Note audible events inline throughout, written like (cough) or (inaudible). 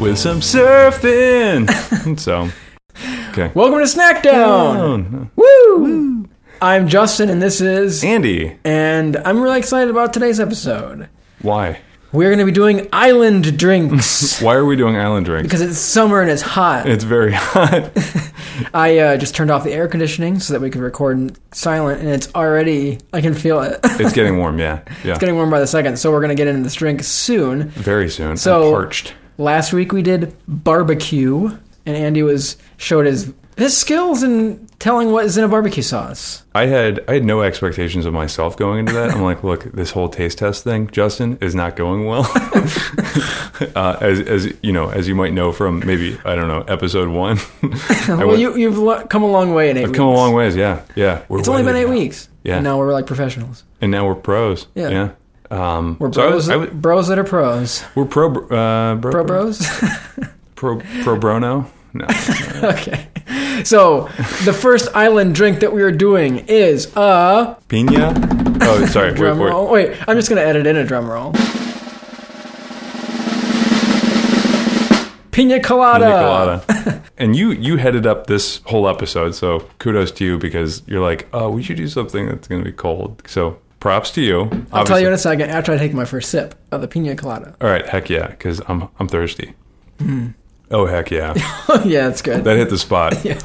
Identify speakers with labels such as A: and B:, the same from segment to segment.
A: with some surfing. (laughs) so, okay.
B: Welcome to Snackdown.
A: Oh,
B: Woo! I'm Justin, and this is,
A: Andy,
B: and I'm really excited about today's episode.
A: why?
B: We're going to be doing
A: (laughs)
B: island drinks
A: Why are we doing island drinks?
B: because it's summer and it's hot.
A: It's very (laughs) hot.
B: I uh, just turned off the air conditioning so that we could record in silent, and it's already I can feel it. (laughs) it's
A: It's getting warm. Yeah, yeah.
B: getting warm by the second, so we're going to get into this drink soon.
A: very soon.
B: So-
A: I'm parched.
B: Last week we did barbecue, and Andy was showed his his skills in telling what is in a barbecue sauce.
A: I had I had no expectations of myself going into that. I'm like, look, this whole taste test thing, Justin, is not going well. (laughs) uh, as as you know, as you might know from maybe I don't know episode one. (laughs) I
B: well,
A: went-
B: you, you've lo- come a long way in 8
A: I've come a long ways. Yeah, yeah. We're
B: It's only been
A: weathered
B: eight
A: now.
B: weeks.
A: Yeah.
B: And now we're like professionals.
A: and now we're pros.
B: Yeah.
A: Yeah. Um,
B: We're
A: so I
B: bros,
A: was- I was-
B: bros that are pros.
A: we're pro, uh, bro,
B: Pro bros?
A: (laughs)
B: (laughs)
A: pro, pro brono. No,
B: okay. So, the first island drink that we are doing is a
A: pina. Oh, sorry. wait
B: drum
A: for it.
B: roll. Wait, I'm just going to edit in a drum roll. Pina colada.
A: Pina colada. and you you headed up this whole episode, so kudos to you because you're like, oh, we should do something that's going to be cold. So props to you.
B: I'll tell you in a second after I take my first sip of the pina colada. (laughs)
A: All right, heck yeah, because I'm I'm thirsty.
B: Hmm.
A: Oh heck
B: (laughs)
A: yeah,
B: yeah, that's good.
A: that hit the (laughs) spot.
B: yeah.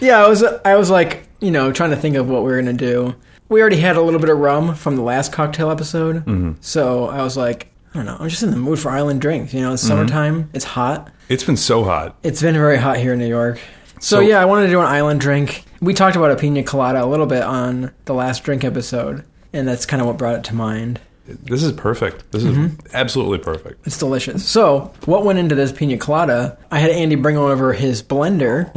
B: yeah, I was I was like, you know, trying to think of what we were gonna do. We already had a little bit of rum from the last cocktail episode, so I was like, I don't know, I'm just in the mood for island drinks. You know, it's summertime, it's hot.
A: It's been so hot.
B: It's been very hot here in New York. So,
A: So-
B: yeah, I wanted to do an island drink. We talked about a pina colada a little bit on the last drink episode, and that's kind of what brought it to mind.
A: This is perfect. This is
B: Mm-hmm.
A: absolutely perfect.
B: It's delicious. So, what went into this pina colada? I had Andy bring over his blender.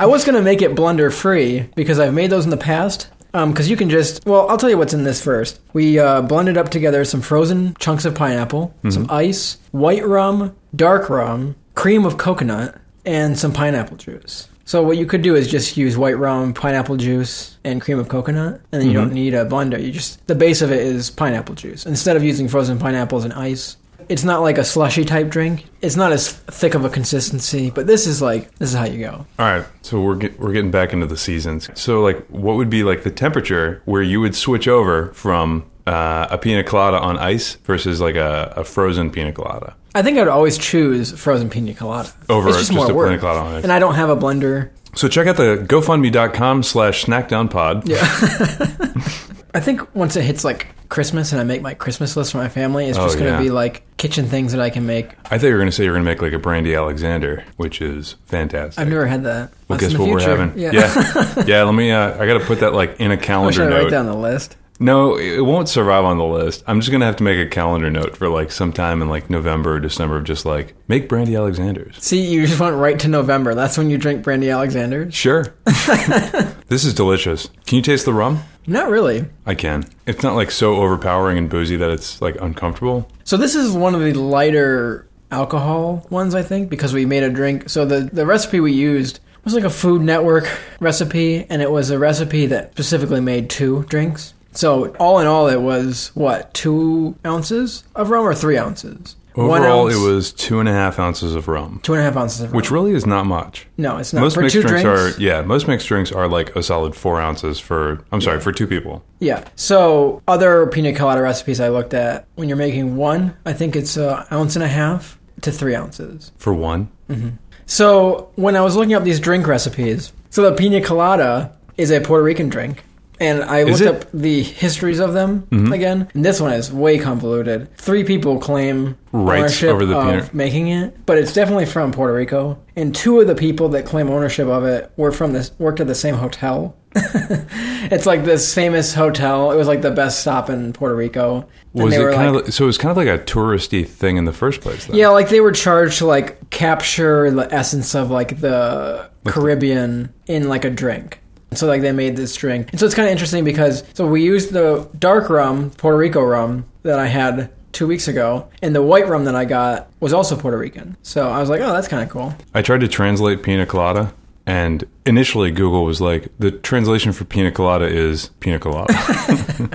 B: I was going to make it blender free because I've made those in the past. Because you can just, well, I'll tell you what's in this first. We uh, blended up together some frozen chunks of pineapple, some ice, white rum, dark rum, cream of coconut, and some pineapple juice. So, what you could do is just use white rum, pineapple juice, and cream of coconut, and then you don't need a blender. You just, the base of it is pineapple juice. Instead of using frozen pineapples and ice, it's not like a slushy type drink. It's not as thick of a consistency, but this is like this is how you go.
A: All right, so we're get, we're getting back into the seasons. So like, what would be like the temperature where you would switch over from uh, a pina colada on ice versus like a, a frozen pina colada?
B: I think I'd always choose frozen pina colada
A: Over
B: It's just,
A: just
B: more
A: a pina
B: work.
A: colada on it.
B: And I don't have a blender.
A: So check out the GoFundMe.com slash SnackdownPod. Yeah.
B: I think once it hits like Christmas and I make my Christmas list for my family, it's just going to
A: Oh, yeah.
B: be like kitchen things that I can make.
A: I thought you were going to say you were going to make like a Brandy Alexander, which is
B: I've
A: fantastic.
B: never had that.
A: well,
B: That's
A: guess
B: in
A: what
B: the
A: we're
B: future.
A: having?
B: Yeah.
A: yeah. Yeah, let me, uh, I got to put that like in a calendar
B: Should (laughs) I write
A: note.
B: down the list?
A: No, it won't survive on the list. I'm just going to have to make a calendar note for like sometime in like November or December of just like, make Brandy Alexander's.
B: See, you just went right to November. That's when you drink Brandy Alexander.
A: Sure. (laughs) this is delicious. Can you taste the rum?
B: Not really.
A: I can. It's not like so overpowering and boozy that it's like uncomfortable.
B: So this is one of the lighter alcohol ones, I think, because we made a drink. So the the recipe we used was like a Food Network recipe, and it was a recipe that specifically made two drinks. So all in all, it was what two ounces of rum or three ounces? One
A: Overall,
B: ounce,
A: it was two and a half ounces of rum,
B: two and a half ounces of rum.
A: which really is not much.
B: no, it's not
A: most
B: for
A: mixed
B: two
A: drinks,
B: drinks.
A: are yeah. Most mixed drinks are like a solid four ounces for. I'm sorry for two people.
B: Yeah. So other pina colada recipes I looked at, when you're making one, I think it's an ounce and a half to three ounces.
A: For one,
B: So when I was looking up these drink recipes, so the pina colada is a Puerto Rican drink, and I
A: Is
B: looked
A: it? Mm-hmm.
B: up the histories of them again. And this one is way convoluted. Three people claim
A: Rights
B: ownership
A: over the
B: of
A: pina-
B: making it, but it's definitely from Puerto Rico. And two of the people that claim ownership of it were from this worked at the same hotel. (laughs) it's like this famous hotel. It was like the best stop in Puerto Rico. And
A: was
B: they were
A: it kind
B: like-
A: of so? It was kind of like a touristy thing in the first place. Then.
B: yeah, like they were charged to like capture the essence of like the Caribbean in like a drink. So like they made this drink. And so it's kind of interesting because so we used the dark rum, Puerto Rico rum that I had 2 weeks ago, and the white rum that I got was also Puerto Rican. So I was like, "Oh, that's kind of cool."
A: I tried to translate pina colada, and initially Google was like, the translation for pina colada is pina colada.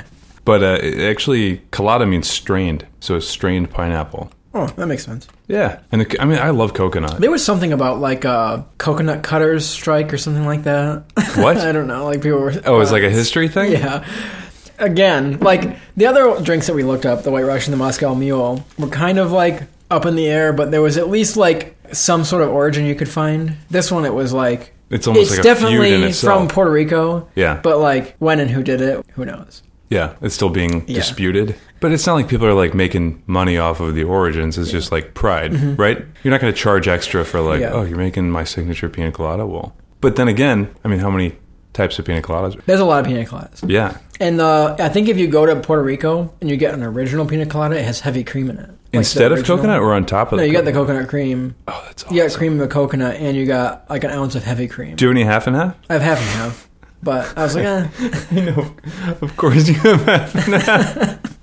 A: (laughs) But uh, it actually, colada means strained, so it's strained pineapple.
B: Oh, that makes sense.
A: Yeah, and the, I mean, I love coconut.
B: There was something about like uh, coconut cutters strike or something like that.
A: What?
B: (laughs) I don't know. Like people were.
A: Oh, it's
B: uh,
A: like a history thing.
B: (laughs) Yeah. Again, like the other drinks that we looked up, the White Russian, the Moscow Mule, were kind of like up in the air, but there was at least like some sort of origin you could find. This one, it was like
A: It's almost
B: it's
A: like a
B: definitely
A: feud in itself.
B: from Puerto Rico,
A: yeah,
B: but like when and who did it, who knows?
A: yeah, it's still being
B: Yeah.
A: disputed. But it's not like people are like making money off of the origins. It's just like pride, right? You're not going to charge extra for like,
B: Mm-hmm. Yeah.
A: oh, you're making my signature pina colada. Well, but then again, I mean, how many types of pina coladas?
B: There's a lot of pina coladas,
A: Yeah,
B: and uh, I think if you go to Puerto Rico and you get an original pina colada, it has heavy cream in it. Like the
A: instead of
B: original-
A: coconut or on top of
B: No,
A: the
B: you got the
A: coconut?
B: coconut cream.
A: Oh, that's awesome.
B: You got cream of the coconut, and you got like an ounce of heavy cream.
A: Do any half and half?
B: I have half and half, but (laughs) I
A: (laughs)
B: was like, eh.
A: Of course you have half.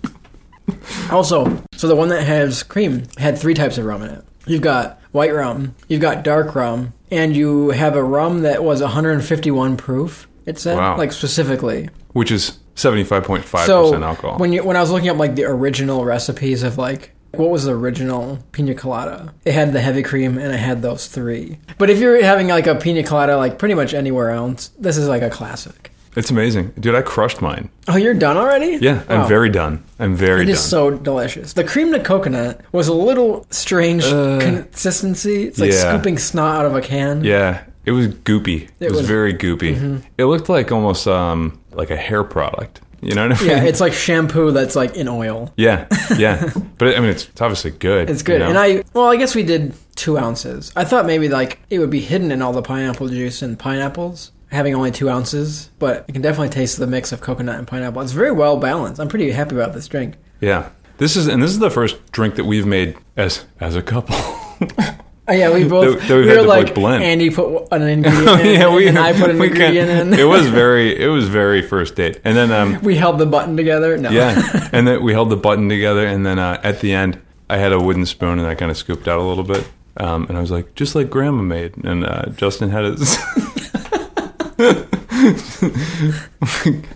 B: Also, so the one that has cream had three types of rum in it. You've got white rum, you've got dark rum, and you have a rum that was 151 proof. It said,
A: Wow.
B: like specifically.
A: (laughs) Which is 75.5%
B: So
A: alcohol.
B: when you when I was looking up like the original recipes of like what was the original pina colada, it had the heavy cream and it had those three. But if you're having like a pina colada like pretty much anywhere else, this is like a classic.
A: it's amazing. Dude, I crushed mine.
B: Oh, you're done already? Oh.
A: Yeah, I'm
B: Wow.
A: very done. I'm very
B: It
A: done.
B: is so delicious. The cream to coconut was a little strange
A: Uh,
B: consistency. It's like
A: yeah.
B: scooping snot out of a can.
A: yeah, it was goopy. It,
B: It
A: was,
B: was- Mm-hmm.
A: very goopy. It looked like almost um, like a hair product. You know what I mean? (laughs)
B: Yeah, it's like shampoo that's like in oil.
A: yeah, yeah. But I mean, it's, it's obviously good.
B: It's good.
A: you know?
B: And I, well, I guess we did two ounces. I thought maybe like it would be hidden in all the pineapple juice and pineapples, having only two ounces, but I can definitely taste the mix of coconut and pineapple. It's very well balanced. I'm pretty happy about this drink.
A: yeah. This is and this is the first drink that we've made as as a couple. (laughs)
B: Oh, yeah, we both
A: That- that we've
B: we
A: had
B: were
A: to, like,
B: like
A: blend.
B: Andy put
A: (laughs)
B: an ingredient in, and I put an
A: Oh, we kind-
B: ingredient in.
A: It was very it was very first date. And then um
B: (laughs) we held the button together. No. (laughs)
A: Yeah, and then we held the button together, and then uh, at the end, I had a wooden spoon, and I kind of scooped out a little bit, um, and I was like, just like Grandma made, and uh, Justin had his. (laughs)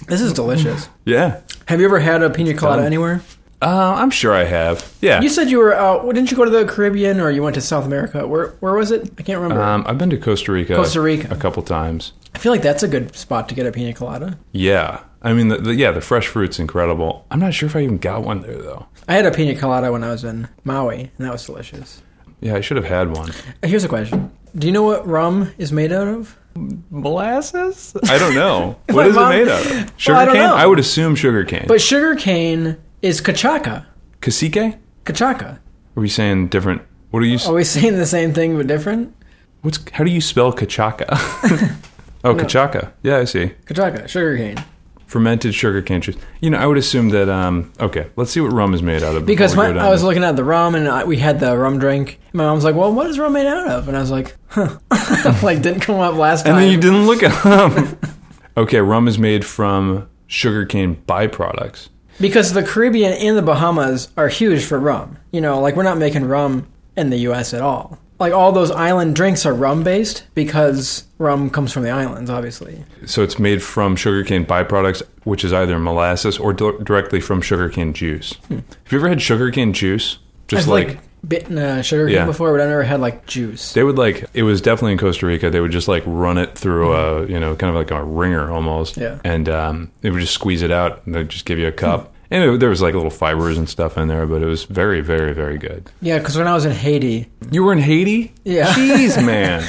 B: This is delicious.
A: yeah,
B: Have you ever had a pina colada
A: Done.
B: anywhere?
A: uh, I'm sure I have. Yeah,
B: You said you were out. well, didn't you go to the Caribbean or you went to South America? Where where was it? I can't remember.
A: um, I've been to Costa Rica,
B: Costa Rica.
A: a couple times.
B: I feel like that's a good spot to get a pina colada.
A: Yeah, I mean, the, the, yeah, the fresh fruit's incredible. I'm not sure if I even got one there though.
B: I had a pina colada when I was in Maui, and that was delicious.
A: Yeah, I should have had one.
B: Here's a question: Do you know what rum is made out of?
A: Molasses? I don't
B: (laughs)
A: know.
B: My
A: what is
B: mom-
A: it made out of? Sugar
B: I don't
A: cane?
B: know.
A: I would assume sugar cane.
B: But sugar cane is cachaca.
A: cacique?
B: Cachaca.
A: Are we saying different? What are you? s-
B: Are we (laughs) saying the same thing but different?
A: What's how do you spell
B: (laughs)
A: cachaca? oh, cachaca. Yeah, I see.
B: Cachaca, sugar cane.
A: Fermented sugar cane juice. You know, I would assume that. Um, okay, let's see what rum is made out of.
B: Because
A: before we
B: my,
A: go down
B: I was
A: this-
B: looking at the rum and I, we had the rum drink. My mom's like, "Well, what is rum made out of?" And I was like, "Huh." (laughs) like didn't come up last time.
A: and then you didn't look
B: (laughs)
A: at rum. okay, rum is made from sugarcane byproducts.
B: Because the Caribbean and the Bahamas are huge for rum. You know, like we're not making rum in the US at all. Like all those island drinks are rum based because rum comes from the islands, obviously.
A: So it's made from sugarcane byproducts, which is either molasses or di- directly from sugarcane juice. Have you ever had sugarcane juice? Just
B: Hmm. I've
A: like,
B: like, bitten uh, sugar cane
A: Yeah.
B: before, but I've never had like juice.
A: they would like it was definitely in Costa Rica. They would just like run it through a you know kind of like a ringer almost,
B: Hmm. Yeah. Hmm.
A: And um, they would just squeeze it out and they'd just give you a cup. And it, there was like little fibers and stuff in there, but it was very very very good.
B: Yeah, because when I was in Haiti, (laughs)
A: You were in Haiti,
B: Yeah. (laughs)
A: Jeez, man,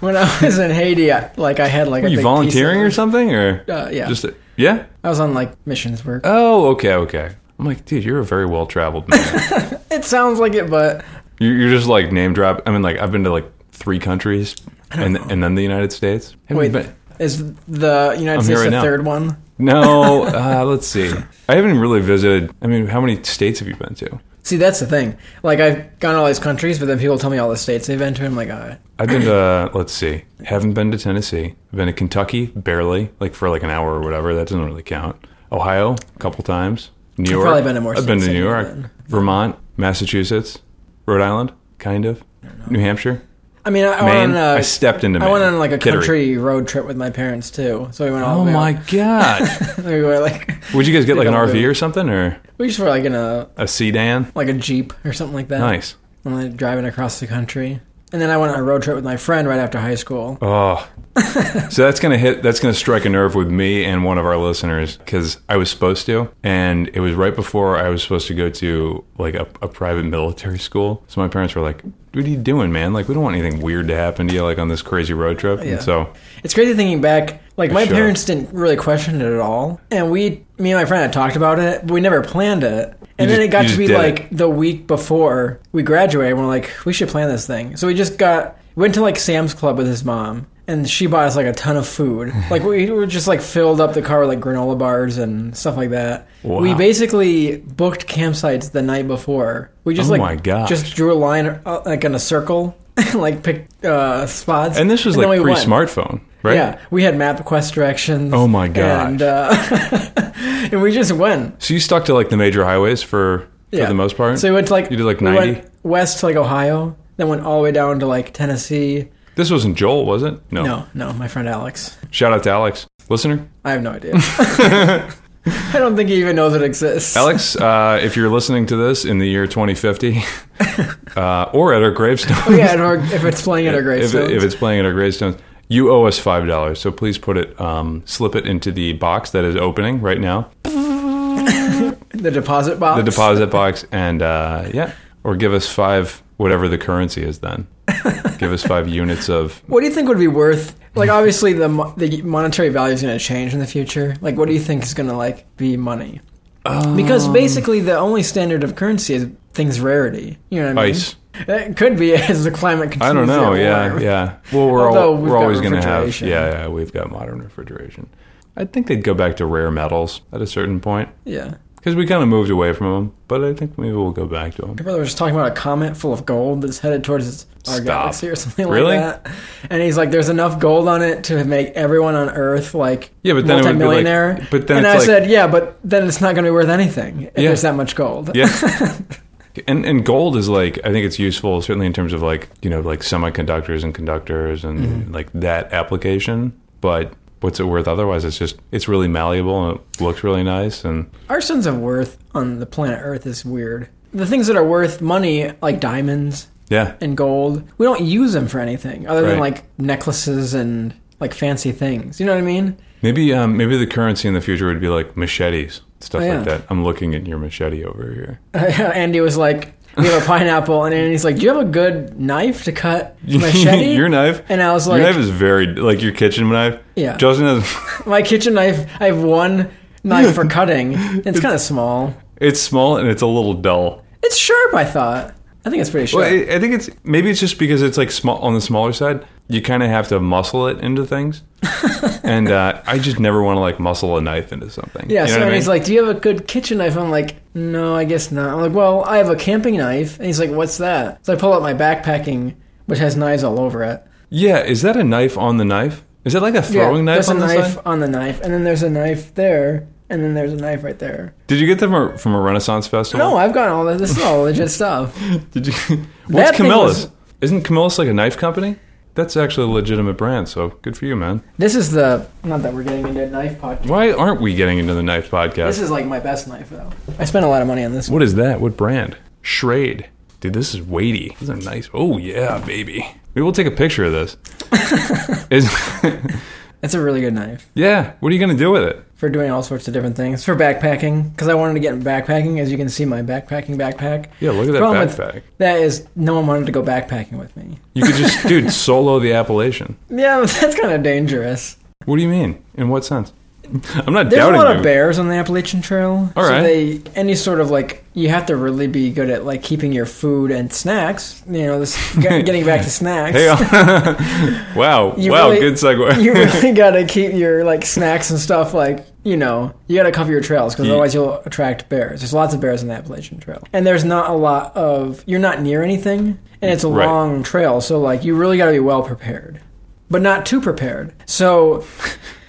B: when I was in Haiti, I, like I had like
A: were
B: a
A: you
B: big
A: volunteering or
B: piece
A: something or
B: of- Uh, yeah,
A: just yeah?
B: I was on like missions work.
A: Oh, okay, okay. I'm like, dude, you're a very well traveled man.
B: It sounds like it, but
A: you're, you're just like name drop. I mean, like I've been to like three countries and and then the United States. Haven't
B: wait,
A: been-
B: is the United
A: I'm here
B: States
A: right
B: the
A: now.
B: third one?
A: No, uh, let's see. I haven't really visited. I mean, how many states have you been to?
B: See, that's the thing. Like I've gone to all these countries, but then people tell me all the states they've been to, and I'm like, all right.
A: I've been
B: (clears throat)
A: to. Let's see. Haven't been to Tennessee. I've been to Kentucky, barely, like for like an hour or whatever. That doesn't really count. Ohio, a couple times. New York.
B: probably been to more
A: I've been to
B: states
A: New
B: than
A: York,
B: you've been.
A: Vermont, Massachusetts, Rhode Island, kind of. New Hampshire.
B: I mean, I, I
A: Maine.
B: went on.
A: I
B: A,
A: stepped into
B: I
A: Maine.
B: went on like a
A: Kittery.
B: country road trip with my parents too. So we went all
A: Oh
B: the way
A: my
B: up. (laughs)
A: god!
B: we were like
A: Would you guys get like an
B: They don't
A: RV
B: do-
A: or something or
B: we just were like in a
A: a sedan?
B: like a jeep or something like that.
A: Nice.
B: And like driving across the country. And then I went on a road trip with my friend right after high school. (laughs)
A: Oh. so that's going to hit, that's going to strike a nerve with me and one of our listeners because I was supposed to. And it was right before I was supposed to go to like a, a private military school. So my parents were like, what are you doing, man? Like, we don't want anything weird to happen to you, like on this crazy road trip.
B: Yeah.
A: And so,
B: It's crazy thinking back. Like my
A: Sure.
B: parents didn't really question it at all, and we, me and my friend, had talked about it, but we never planned it. And
A: You
B: then
A: just-
B: it
A: you
B: got to
A: just
B: be
A: did
B: like the week before we graduated, and we're like, we should plan this thing. So we just got went to like Sam's Club with his mom, and she bought us like a ton
A: (laughs)
B: of food. like we were just like filled up the car with like granola bars and stuff like that. We
A: Wow.
B: basically booked campsites the night before. We just
A: Oh
B: like
A: my gosh.
B: just drew a line uh, like in a circle. (laughs) like picked uh, spots,
A: and this was
B: then
A: like
B: we
A: pre
B: went.
A: smartphone, right?
B: Yeah, we had MapQuest directions.
A: Oh my gosh.
B: And, uh, (laughs) and we just went.
A: So you stuck to like the major highways for,
B: Yeah.
A: for the most part.
B: So we went to like
A: You did, like,
B: we
A: 90?
B: went west to like Ohio, then went all the way down to like Tennessee.
A: this wasn't Joel, was it? No.
B: No, no, my friend Alex.
A: Shout out to Alex. Listener,
B: I have
A: (laughs)
B: no idea. (laughs) I don't think he even knows it exists.
A: Alex, uh, if you're listening to this in the year
B: (laughs)
A: 2050, uh, or at our gravestone,
B: yeah, and or, if it's playing at
A: (laughs)
B: our
A: if,
B: gravestone.
A: it- if it's playing at our gravestones, you owe us five dollars. So please put it, um, slip it into the box that is opening right now,
B: the deposit box.
A: the deposit box, and uh, yeah, or give us five whatever the currency is.
B: (laughs)
A: Then give us five units of.
B: What do you think would be worth?
A: (laughs)
B: Like, obviously, the mo- the monetary value is going to change in the future. Like, what do you think is going to like be money? because
A: Um.
B: basically, the only standard of currency is things rarity. You know what I mean?
A: Ice.
B: It could be (laughs) as the climate continues.
A: I don't know.
B: to get
A: Yeah,
B: warmer.
A: yeah. Well, we're all,
B: Although we've
A: we're
B: got
A: always going to have.
B: refrigeration.
A: Yeah, yeah. We've got modern refrigeration. I think they'd go back to rare metals at a certain point.
B: yeah.
A: Because we kind of moved away from them, but I think maybe we'll go back to them.
B: My brother was talking about a comet full of gold that's headed towards our
A: Stop.
B: galaxy or something
A: Really?
B: like that. And he's like, "There's enough gold on it to make everyone on Earth like
A: Yeah, but then it would be like-
B: multimillionaire."
A: but then
B: and
A: it's
B: I
A: like-
B: said, "Yeah, but then it's not going to be worth anything if
A: Yeah.
B: there's that much gold."
A: Yeah. and and gold is like I think it's useful certainly in terms of like you know like semiconductors and conductors and
B: Mm-hmm.
A: like that application. But what's it worth otherwise? It's just it's really malleable and it looks really nice and
B: Our sense of worth on the planet Earth is weird. The things that are worth money, like diamonds
A: yeah.
B: and gold, we don't use them for anything other than
A: Right.
B: like necklaces and like fancy things. You know what I mean? (laughs)
A: Maybe um, maybe the currency in the future would be like machetes stuff
B: Oh, yeah.
A: like that. I'm looking at your machete over here.
B: Andy was like, "We have a pineapple," and Andy's like, "Do you have a good knife to
A: (laughs)
B: cut machete?"
A: your knife.
B: And I was
A: your
B: like,
A: knife is very like your kitchen knife.
B: Yeah.
A: Justin has. (laughs)
B: "My kitchen knife. I have one knife for cutting. and It's kind of small.
A: It's small and it's a little dull.
B: It's sharp. I thought. I think it's pretty sharp.
A: Well, I, I think it's maybe it's just because it's like small on the smaller side. You kind of have to muscle it into
B: (laughs)
A: things, and uh, I just never want to like muscle a knife into something.
B: Yeah,
A: you know
B: so
A: what I
B: and he's
A: mean?
B: like, "Do you have a good kitchen knife?" I'm like, "No, I guess not." I'm like, "Well, I have a camping knife," and he's like, "What's that?" So I pull out my backpacking, which has knives all over it.
A: yeah, is that a knife on the knife? Is that like a
B: Yeah,
A: throwing knife
B: There's
A: on
B: a
A: the
B: knife
A: side?
B: on the knife, and then there's a knife there, and then there's a knife right there.
A: Did you get them from a, from a Renaissance festival?
B: No, I've gotten all that. This is all legit stuff.
A: Did you? (laughs) What's
B: thing
A: Camillus?
B: was-
A: Isn't Camillus like a knife company? That's actually a legitimate brand, so good for you, man.
B: This is the not that we're getting into a knife podcast.
A: Why aren't we getting into the knife podcast?
B: This is like my best knife though. I spent a lot of money on this.
A: What is that? What brand? Schrade. Dude, this is weighty. These are nice. Oh yeah, baby. Maybe we'll take a picture of
B: (laughs)
A: this. Is- (laughs)
B: It's a really good knife
A: yeah. What are you gonna do with it?
B: for doing all sorts of different things. For backpacking, because I wanted to get backpacking. As you can see, my backpacking backpack.
A: Yeah, look at that
B: Problem with-
A: backpack.
B: That is, no one wanted to go backpacking with me.
A: You could just, dude,
B: (laughs)
A: solo the Appalachian.
B: Yeah, (laughs) but that's kind of dangerous.
A: What do you mean? In what sense? (laughs) I'm not
B: There's
A: doubting
B: a lot
A: you.
B: of bears on the Appalachian Trail.
A: All right.
B: So they any sort of like you have to really be good at like keeping your food and snacks. You know, this
A: (laughs)
B: get- getting back to snacks.
A: Hey, uh, wow,
B: You
A: wow,
B: really-
A: good segue.
B: (laughs) you really gotta keep your like snacks and stuff like you know you gotta cover your trails because
A: Ye-
B: otherwise you'll attract bears there's lots of bears in the appalachian trail and there's not a lot of you're not near anything and it's a
A: Right.
B: long trail so like you really gotta be well prepared but not too prepared so
A: (laughs)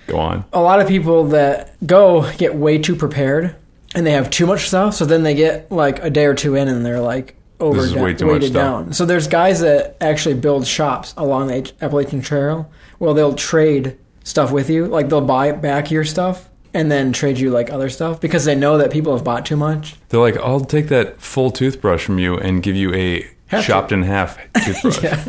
A: Go on.
B: a lot of people that go get way too prepared and they have too much stuff so then they get like a day or two in and they're like over
A: is way too much
B: weighted
A: stuff.
B: down. So there's guys that actually build shops along the H- Appalachian Trail. Well, they'll trade stuff with you. Like they'll buy back your stuff and then trade you like other stuff because they know that people have bought too much. (laughs)
A: They're like, I'll take that full toothbrush from you and give you a
B: Half
A: chopped in
B: (laughs)
A: half toothbrush.
B: Yeah.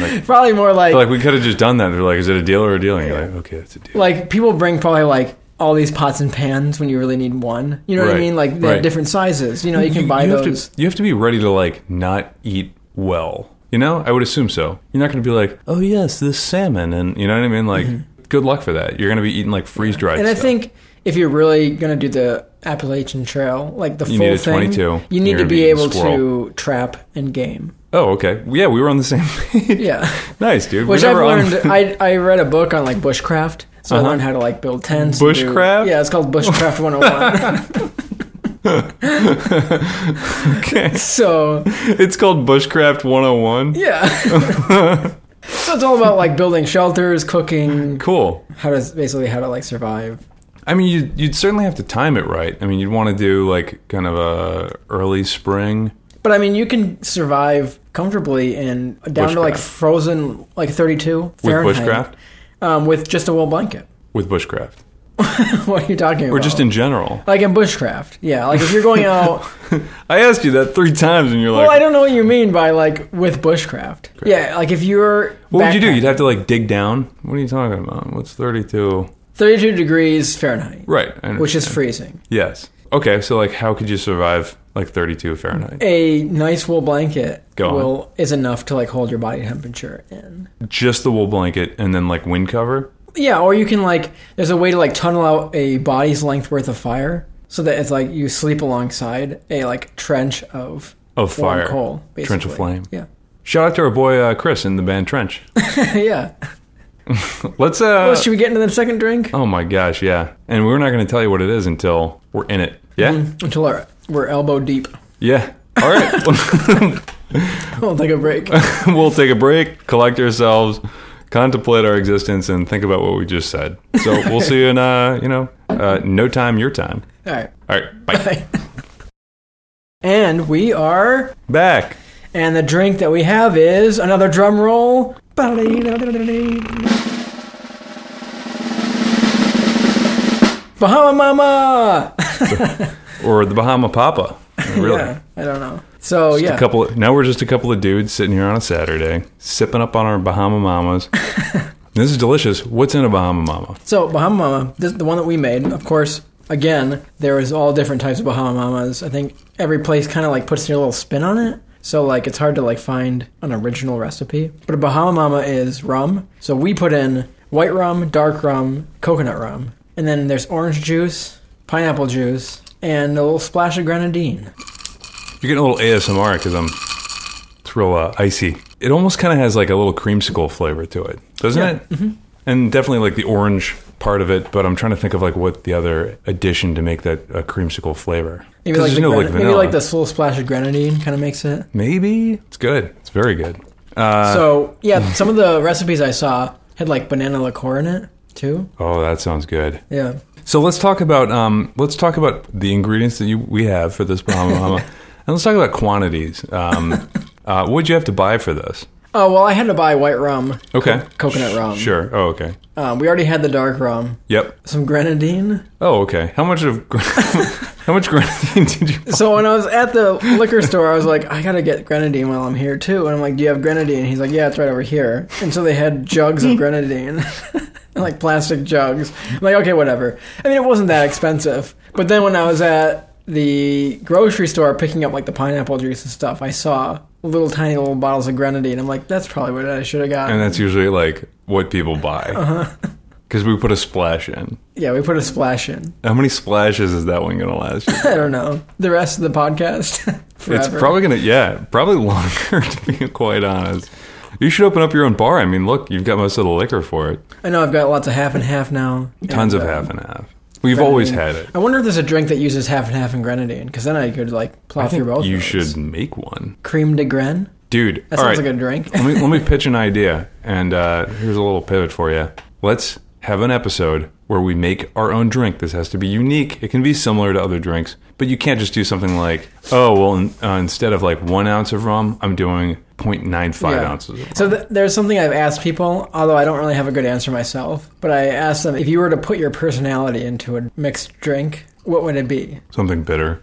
A: Like-
B: probably more like
A: They're
B: like,
A: like, we could have just done that. They're like, is it a deal or a deal? And you're like, okay, it's a deal.
B: people bring probably like all these pots and pans when you really need one. You know what I
A: Right.
B: mean? Like they're
A: Right.
B: different sizes. You know, you can buy
A: you
B: those.
A: Have to, you have to be ready to like not eat well. You know, I would assume so. You're not going to be like, oh yes, this salmon, and you know what I mean. Like, good luck for that. You're going to be eating like freeze dried.
B: Mm-hmm. and I think if you're really going to do the Appalachian Trail, like the
A: You
B: full
A: need a
B: thing,
A: 22.
B: you need
A: You're
B: to
A: gonna
B: be
A: be eating
B: able
A: squirrel.
B: to trap and
A: (laughs)
B: game.
A: oh okay, yeah, we were on the same page. (laughs)
B: Yeah.
A: nice, dude.
B: Which
A: we
B: I've
A: never on-
B: learned. I, I read a book on like bushcraft, so I
A: Uh-huh.
B: learned how to like build tents. and do-
A: Bushcraft?
B: yeah, it's
A: (laughs)
B: called Bushcraft 101.
A: (laughs) okay.
B: (laughs) so
A: It's called Bushcraft 101. (laughs)
B: yeah. so it's all about like building shelters, cooking,
A: Cool.
B: how to basically how to like survive.
A: I mean, you'd, you'd certainly have to time it right. I mean, you'd want to do like kind of a early spring.
B: But I mean, you can survive comfortably in down to like
A: Bushcraft.
B: frozen like 32 Fahrenheit
A: bushcraft?
B: um, with just a wool blanket. (laughs)
A: with bushcraft
B: what are you talking about?
A: or just in general
B: like in bushcraft. Yeah, like if you're
A: (laughs)
B: going out.
A: i asked you that three times and you're like
B: well, I don't know what you mean by like with bushcraft. Yeah, like if you're
A: what would you do you'd
B: backpacking-
A: have to like dig down what are you talking about what's 32
B: 32 degrees Fahrenheit,
A: right I
B: which is
A: understand.
B: freezing.
A: yes okay so like how could you survive like 32 fahrenheit
B: A nice wool blanket
A: Go on.
B: will is enough to like hold your body temperature in.
A: just the wool blanket and then like wind cover
B: Yeah, or you can like there's a way to like tunnel out a body's length worth of fire so that it's like you sleep alongside a like trench of
A: Of
B: warm
A: fire.
B: coal, basically.
A: Trench of flame.
B: Yeah, (laughs)
A: shout out to our boy uh, chris in the band (laughs) trench
B: yeah.
A: let's uh
B: Well, should we get into the second drink
A: oh my gosh yeah and we're not going to tell you what it is until we're in it yeah
B: until our, we're elbow deep?
A: yeah all right (laughs)
B: We'll take a break.
A: we'll take a break, collect ourselves, contemplate our existence, and think about what we just said. So (laughs) we'll see you in, uh, you know, uh, no time, your time.
B: All right.
A: All right, (laughs) bye.
B: and we are,
A: Back.
B: and the drink that we have is another drum roll. Bahama Mama.
A: Or the Bahama
B: (laughs)
A: Papa. Really.
B: Yeah, I don't know. So
A: Just
B: yeah,
A: a couple of- now we're just a couple of dudes sitting here on a Saturday, sipping up on our Bahama
B: (laughs)
A: Mamas. this is delicious. What's in a Bahama Mama?
B: so Bahama Mama, this, the one that we made, of course. Again, there is all different types of Bahama Mamas. I think every place kind of like puts their little spin on it. So like it's hard to like find an original recipe. But a Bahama Mama is rum. So we put in white rum, dark rum, coconut rum, and then there's orange juice, pineapple juice, and a little splash of grenadine.
A: You're getting a little ASMR because I'm it's real uh, icy. It almost kind of has like a little creamsicle flavor to it, doesn't
B: Yeah,
A: it? Mm-hmm. And definitely like the orange part of it. But I'm trying to think of like what the other addition to make that a creamsicle flavor.
B: Maybe
A: 'Cause
B: like,
A: there's
B: the
A: no,
B: gran- maybe
A: vanilla.
B: like this little splash of grenadine kind of makes it.
A: Maybe it's good. It's very good. Uh,
B: So
A: (laughs)
B: yeah, some of the recipes I saw had like banana liqueur in it too.
A: oh, that sounds good.
B: Yeah,
A: So let's talk about um, let's talk about the ingredients that you we have for this Bahama
B: (laughs)
A: Mama, and let's talk about quantities. Um, uh, what'd you have to buy for this?
B: Oh well, I had to buy white rum.
A: Okay,
B: coconut rum.
A: Sure. Oh, okay.
B: Um, we already had the dark rum.
A: Yep.
B: Some grenadine.
A: Oh, okay. How much of (laughs) how much grenadine (laughs) did you?
B: So when I was at the liquor store, I was like, I gotta get grenadine while I'm here too. And I'm like, Do you have grenadine? He's like, Yeah, it's right over here. And so they had jugs of grenadine, (laughs) like plastic jugs. I'm like, okay, whatever. I mean, it wasn't that expensive. But then when I was at the grocery store picking up like the pineapple juice and stuff, I saw little tiny little bottles of grenadine. I'm like, That's probably what I should have got.
A: And that's usually like what people buy
B: Uh-huh.
A: because we put a splash in.
B: yeah, we put a splash in.
A: How many splashes is that one gonna last?
B: (laughs)
A: you?
B: I don't know. The rest of the podcast. (laughs)
A: it's
B: forever.
A: probably gonna yeah, probably (laughs) longer to be quite honest. You should open up your own bar. I mean, look, you've got most of the liquor for it.
B: I know I've got lots of half and half now.
A: Tons
B: And,
A: of
B: uh,
A: half and half. We've always
B: grenadine.
A: had it.
B: I wonder if there's a drink that uses half and half in grenadine, because then I could like plow
A: I
B: through both.
A: think you
B: of those.
A: should make one,
B: cream de gren.
A: dude.
B: That
A: all
B: sounds
A: right.
B: (laughs) like a drink.
A: let me let me pitch an idea, and uh, here's a little pivot for you. Let's have an episode where we make our own drink. This has to be unique. It can be similar to other drinks, but you can't just do something like, oh, well, in, uh, instead of like one ounce of rum, I'm doing 0.95
B: Yeah.
A: ounces.
B: So th- there's something I've asked people, although I don't really have a good answer myself. But I asked them if you were to put your personality into a mixed drink, what would it be?
A: Something bitter.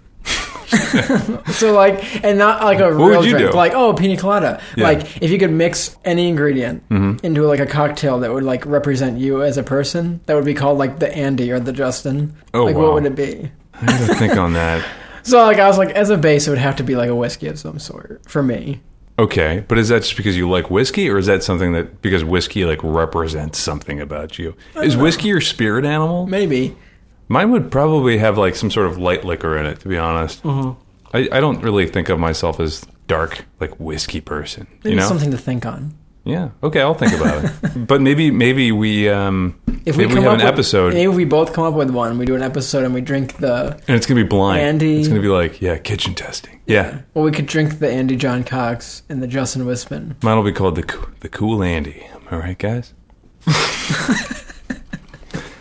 B: So like, and not like a
A: would
B: real
A: you
B: drink,
A: do?
B: like oh pina colada.
A: Yeah. Mm-hmm.
B: Like if you could mix any ingredient into like a cocktail that would like represent you as a person, that would be called like the Andy or the Justin.
A: Oh,
B: like
A: wow.
B: what would it be?
A: I gotta think on that.
B: So like I was like, as a base, it would have to be like a whiskey of some sort for me.
A: Okay, but is that just because you like whiskey, or is that something that because whiskey like represents something about you? Is
B: Uh,
A: whiskey your spirit animal?
B: Maybe
A: Mine would probably have like some sort of light liquor in it. To be honest,
B: Mm-hmm.
A: I, I don't really think of myself as dark like whiskey person.
B: maybe
A: you know?
B: something to think on.
A: Yeah. Okay, I'll think about
B: (laughs)
A: it. But maybe maybe we um
B: If
A: maybe we,
B: come
A: have
B: up
A: an
B: with-
A: episode
B: maybe if we both come up with one, we do an episode and we drink the
A: and it's gonna be blind.
B: Andy-
A: It's gonna be like yeah, kitchen testing. Yeah.
B: well, we could drink the Andy John Cox and the Justin Wisman.
A: Mine'll be called the Coo- the Cool Andy. Am I right,
B: (laughs)
A: guys?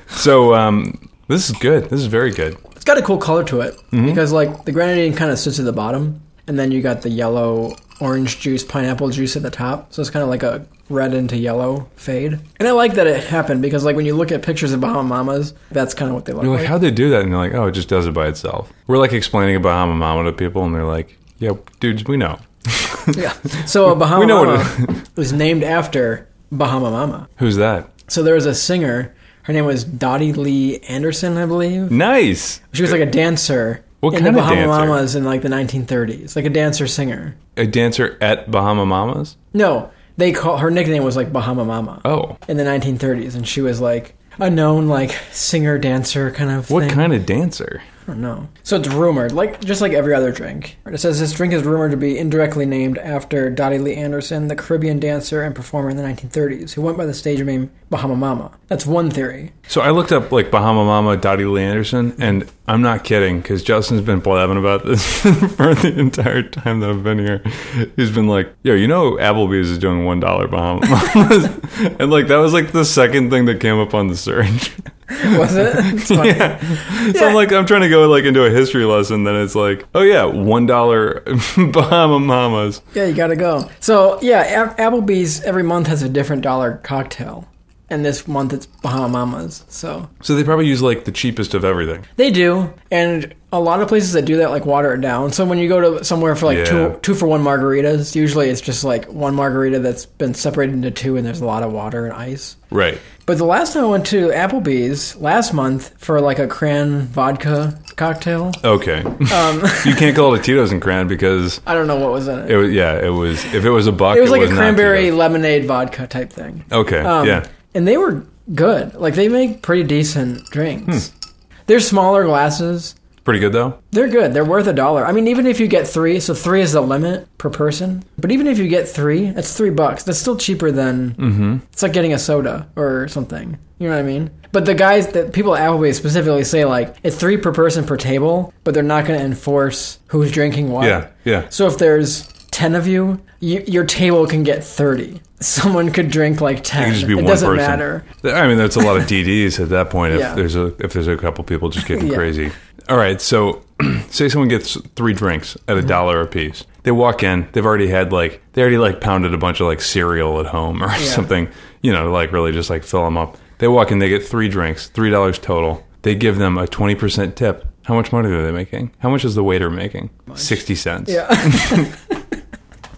A: so um, this is good. This is very good.
B: It's got a cool color to it
A: Mm-hmm.
B: because like the grenadine kind of sits at the bottom, and then you got the yellow orange juice, pineapple juice at the top. So it's kind of like a red into yellow fade. And I like that it happened because like when you look at pictures of Bahama Mamas, that's kind of what they look
A: You're
B: like.
A: like, how'd they do that? And they're like, oh, it just does it by itself. We're like explaining a Bahama Mama to people, and they're like, yeah, dudes, we know.
B: (laughs)
A: (laughs)
B: yeah. (laughs) So a Bahama
A: know what it
B: Mama
A: (laughs)
B: was named after Bahama Mama.
A: Who's that?
B: So there was a singer. Her name was Dottie Lee Anderson, I believe.
A: Nice.
B: She was like a dancer
A: What
B: in
A: kind
B: the
A: of
B: Bahama
A: dancer?
B: Mamas in like the 1930s, like a dancer singer.
A: A dancer at Bahama Mamas.
B: No, they call her nickname was like Bahama Mama
A: Oh,
B: in the 1930s, and she was like a known like singer dancer kind of
A: what
B: thing.
A: kind of dancer?
B: I don't know. So it's rumored, like just like every other drink. It says this drink is rumored to be indirectly named after Dottie Lee Anderson, the Caribbean dancer and performer in the 1930s, who went by the stage name Bahama Mama. That's one theory. (laughs)
A: So I looked up like Bahama Mama Dottie Lee Anderson, and I'm not kidding because Justin's been blabbing about this (laughs) for the entire time that I've been here. He's been like, "Yo, you know Applebee's is doing one dollar Bahama (laughs) Mamas," and like that was like the second thing that came up on the search. (laughs)
B: Was it? It's funny.
A: yeah. So I'm like, I'm trying to go like into a history lesson. Then it's like, oh yeah, one dollar (laughs) Bahama Mamas.
B: Yeah, you gotta go. So yeah, A- Applebee's every month has a different dollar cocktail, and this month it's Bahama Mamas. So
A: So they probably use like the cheapest of everything.
B: they do, and a lot of places that do that like water it down. So when you go to somewhere for like
A: Yeah.
B: two two for one margaritas, usually it's just like one margarita that's been separated into two, and there's a lot of water and ice.
A: Right.
B: But the last time I went to Applebee's last month for like a cran vodka cocktail,
A: Okay.
B: Um.
A: (laughs) you can't call it a Tito's and Cran because
B: I don't know what was in it.
A: It was yeah. It was if it was a buck.
B: It was like a
A: not
B: cranberry
A: Tito's.
B: lemonade vodka type thing.
A: Okay.
B: Um,
A: yeah.
B: And they were good. Like they make pretty decent drinks.
A: Hmm.
B: They're smaller glasses.
A: Pretty good though.
B: They're good. They're worth a dollar. I mean, even if you get three, so three is the limit per person. But even if you get three, that's three bucks. That's still cheaper than
A: Mm-hmm.
B: it's like getting a soda or something. You know what I mean? But the guys that people at Applebee's specifically say like it's three per person per table, but they're not going to enforce who's drinking what.
A: Yeah. Yeah.
B: So if there's 10 of you, you, your table can get 30. (laughs) Someone could drink like 10.
A: It could just be
B: it
A: one
B: doesn't
A: person.
B: matter.
A: I mean, that's a lot of DDs at that point. If
B: Yeah.
A: there's a if there's a couple people just getting
B: (laughs) Yeah.
A: crazy. All right. So (clears throat) say someone gets three drinks at a
B: Mm-hmm.
A: dollar a piece. They walk in. They've already had like they already like pounded a bunch of like cereal at home or (laughs) something. You know, like really just like fill them up. They walk in. They get three drinks. Three dollars total. They give them a twenty percent tip. How much money are they making? How much is the waiter making? Sixty cents.
B: Yeah. (laughs)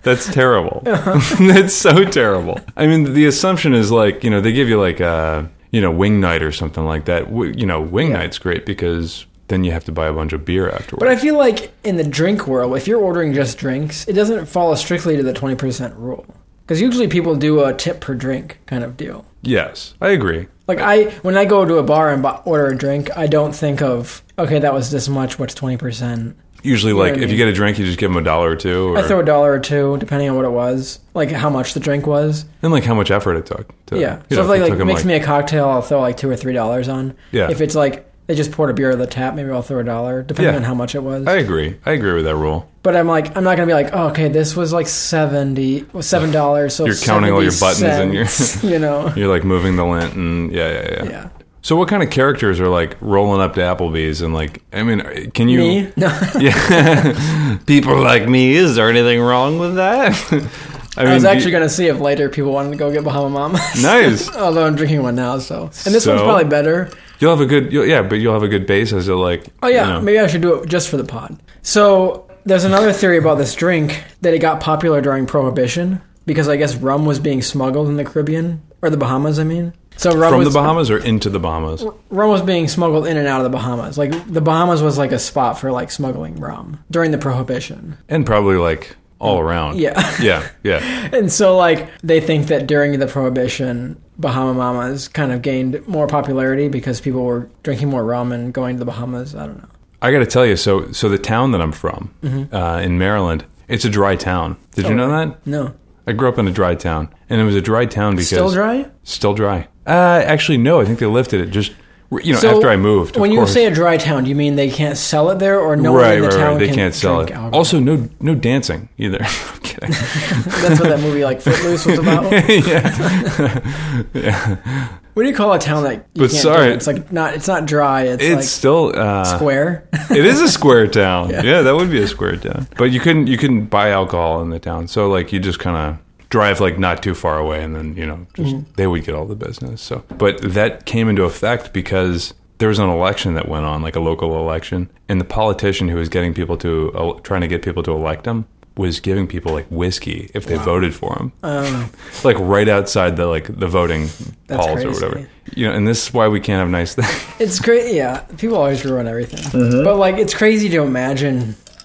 A: That's terrible. (laughs) That's so terrible. I mean, the assumption is like, you know, they give you like a, you know, wing night or something like that. W- you know, wing night's great because then you have to buy a bunch of beer afterwards.
B: But I feel like in the drink world, if you're ordering just drinks, it doesn't follow strictly to the 20% rule. Because usually people do a tip per drink kind of deal.
A: yes, I agree.
B: Like I, when I go to a bar and bu- order a drink, I don't think of okay, that was this much. What's twenty percent?
A: Usually, like,
B: what I
A: if you
B: mean?
A: get a drink, you just give them a dollar or two. Or,
B: I throw a dollar or two, depending on what it was, like how much the drink was.
A: and, like, how much effort it took. To,
B: Yeah.
A: you know,
B: So if like,
A: it
B: like
A: took 'em,
B: makes me a cocktail, I'll throw like two or three dollars on.
A: Yeah.
B: If it's like They just poured a beer out of the tap. Maybe I'll throw a dollar, depending
A: Yeah.
B: on how much it was.
A: I agree. I agree with that rule.
B: but I'm like, I'm not gonna be like, oh, okay, this was like seventy, was seven dollars. So
A: You're counting all your
B: 70
A: buttons and your-
B: cents, you
A: (laughs)
B: know,
A: You're like moving the lint and yeah, yeah, yeah.
B: yeah.
A: So what kind of characters are like rolling up to Applebee's and like I mean, can you
B: Me? No,
A: Yeah. (laughs) people like me, is there anything wrong with that? (laughs) I mean,
B: (laughs) I was
A: do-
B: actually gonna see if later people wanted to go get Bahama Mama.
A: (laughs) nice.
B: (laughs) Although I'm drinking one now, so and this one's
A: So?
B: probably better.
A: You'll have a good you'll, yeah, but you'll have a good base as a like
B: Oh yeah,
A: you know.
B: maybe I should do it just for the pod. So there's another theory about this drink that it got popular during Prohibition because I guess rum was being smuggled in the Caribbean or the Bahamas. I mean, so rum
A: from
B: was,
A: the Bahamas or into the Bahamas.
B: rum was being smuggled in and out of the Bahamas. Like the Bahamas was like a spot for like smuggling rum during the Prohibition.
A: And probably like all around.
B: mm, Yeah. (laughs)
A: Yeah. Yeah.
B: And so, like, they think that during the Prohibition, Bahama Mamas kind of gained more popularity because people were drinking more rum and going to the Bahamas. I don't know.
A: I got to tell you, so so the town that I'm from
B: Mm-hmm.
A: uh, in Maryland, it's a dry town. Did you know that?
B: No.
A: I grew up in a dry town, and it was a dry town because
B: Still dry?
A: Still dry. Uh, actually, no. I think they lifted it just you know
B: So,
A: after I moved. of
B: When you
A: course.
B: say a dry town, you mean they can't sell it there or no one
A: right,
B: in the
A: right,
B: town
A: right, they
B: can
A: can't sell it.
B: drink alcohol?
A: Also, no no dancing either. (laughs) I'm
B: (laughs)
A: kidding.
B: That's what that movie, like, Footloose was
A: (laughs)
B: about.
A: yeah.
B: What do you call a town that you
A: But
B: can't do
A: sorry.
B: it? It's like not, it's not dry. It's,
A: It's
B: like
A: still uh,
B: square.
A: it is a square town.
B: (laughs) Yeah.
A: yeah. that would be a square town. But you couldn't you couldn't buy alcohol in the town. So like you just kind of drive like not too far away, and then you know just
B: Mm-hmm.
A: they would get all the business. So but that came into effect because there was an election that went on, like a local election, and the politician who was getting people to uh, trying to get people to elect him was giving people like whiskey if they voted for him
B: Um,
A: (laughs) like right outside the like the voting
B: That's
A: halls or
B: crazy.
A: whatever you know and this is why we can't have nice (laughs) things
B: It's great. Yeah, people always ruin everything. But like, it's crazy to imagine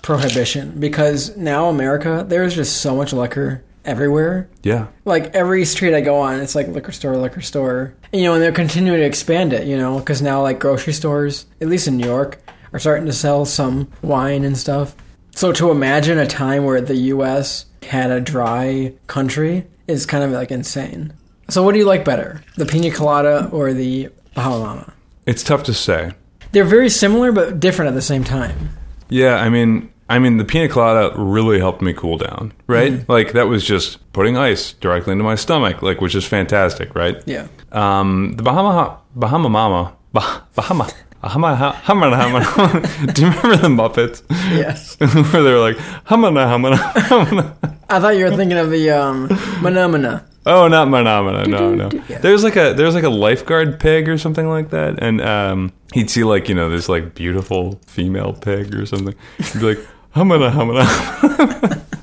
B: prohibition because now America, there's just so much liquor everywhere.
A: yeah
B: Like every street I go on, it's like liquor store, liquor store. And, you know, and they're continuing to expand it. You know, because now like grocery stores, at least in New York, are starting to sell some wine and stuff. So to imagine a time where the U.S. had a dry country is kind of like insane. So what do you like better, the pina colada or the Bahama Mama?
A: it's tough to say
B: They're very similar but different at the same time.
A: Yeah, I mean, I mean, the pina colada really helped me cool down, right? Like that was just putting ice directly into my stomach, like which is fantastic, right?
B: Yeah.
A: Um, the Bahama Bahama Mama bah, Bahama. Bahama Hamana Hamana. (laughs) Do you remember the Muppets? (laughs)
B: Yes.
A: Where they were like, Hamana Hamana Hamana.
B: I thought you were thinking of the um Manamana.
A: Oh, not Manamana. No,
B: do,
A: no.
B: do. Yeah.
A: There's like a there's like a lifeguard pig or something like that, and um, he'd see like you know this like beautiful female pig or something. He'd be like Hamana Hamana. (laughs)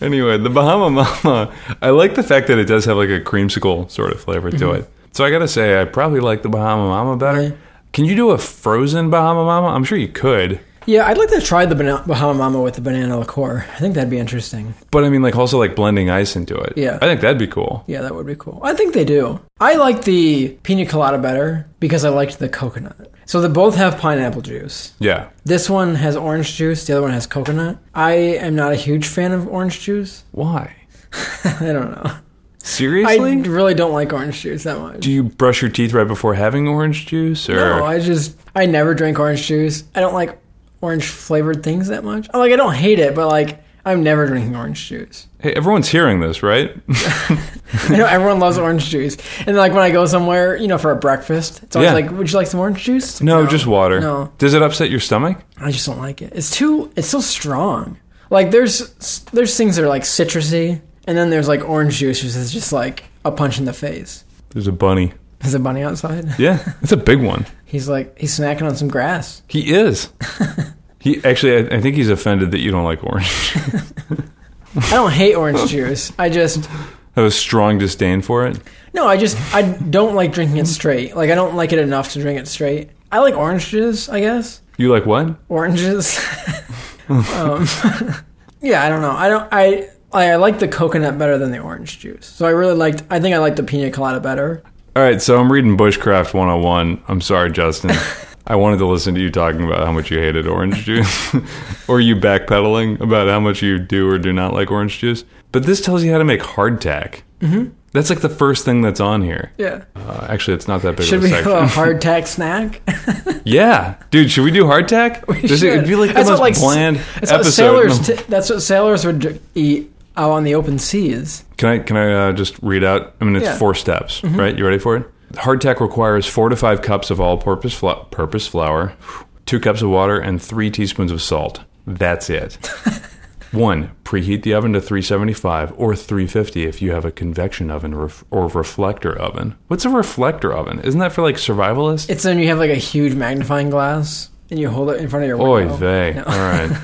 A: anyway, the Bahama Mama. I like the fact that it does have like a creamsicle sort of flavor
B: Mm-hmm.
A: to it. So I gotta say, I probably like the Bahama Mama better.
B: Right.
A: Can you do a frozen Bahama Mama? I'm sure you could,
B: Yeah, I'd like to try the bana- Bahama Mama with the banana liqueur. I think that'd be interesting.
A: but I mean, like also like blending ice into it.
B: Yeah.
A: I think that'd be cool.
B: Yeah, that would be cool. I think they do. I like the pina colada better because I liked the coconut. So they both have pineapple juice.
A: Yeah,
B: This one has orange juice, the other one has coconut. I am not a huge fan of orange juice. (laughs)
A: why?
B: I don't know. I
A: Seriously?
B: really don't like orange juice that much.
A: Do you brush your teeth right before having orange juice, or
B: No, I just I never drink orange juice. I don't like orange flavored things that much. Like I don't hate it, but like I'm never drinking orange juice.
A: hey, everyone's hearing this, right? (laughs)
B: I know everyone loves orange juice, and like when I go somewhere, you know, for a breakfast, it's always
A: Yeah.
B: like, "Would you like some orange juice?"
A: No, just water.
B: No,
A: Does it upset your stomach?
B: I just don't like it. It's too. It's so strong. Like there's there's things that are like citrusy, and then there's like orange juice, which is just like a punch in the face.
A: There's a bunny.
B: Is a bunny outside?
A: Yeah, it's a big one.
B: He's like he's snacking on some grass.
A: He is. (laughs) He actually, I, I think he's offended that you don't like orange. (laughs)
B: I don't hate orange juice. I just
A: I have a strong disdain for it.
B: No, I just I don't like drinking it straight. Like I don't like it enough to drink it straight. I like oranges, I guess.
A: You like what?
B: Oranges. (laughs) um, (laughs) yeah, I don't know. I don't I I like the coconut better than the orange juice. So I really liked I think I liked the pina colada better.
A: All right, so I'm reading Bushcraft 101. I'm sorry,
B: (laughs)
A: Justin. I wanted to listen to you talking about how much you (laughs) hated orange juice, or you backpedaling about how much you do or do not like orange juice. But this tells you how to make hardtack. Mm-hmm. That's like the first thing that's on here.
B: Yeah.
A: Uh, actually, it's not that big
B: Should
A: of
B: we
A: a
B: have
A: section.
B: a
A: (laughs)
B: hardtack snack?
A: Yeah, dude, should we do
B: (laughs)
A: hardtack? This- It'd be like the most bland
B: it's
A: episode.
B: What sailors
A: (laughs)
B: t- that's what sailors would dr- eat out on the open seas.
A: Can I can I uh, just read out? I mean, it's
B: Yeah.
A: four steps, right? You ready for it? Hardtack requires four to five cups of all-purpose flo- purpose flour, two cups of water, and three teaspoons of salt. That's it. One, preheat the oven to 375 or 350 if you have a convection oven ref- or reflector oven. What's a reflector oven? Isn't that for like survivalists?
B: It's when you have like a huge magnifying glass and you hold it in front of your
A: Oy
B: window.
A: vey. All
B: (laughs)
A: right.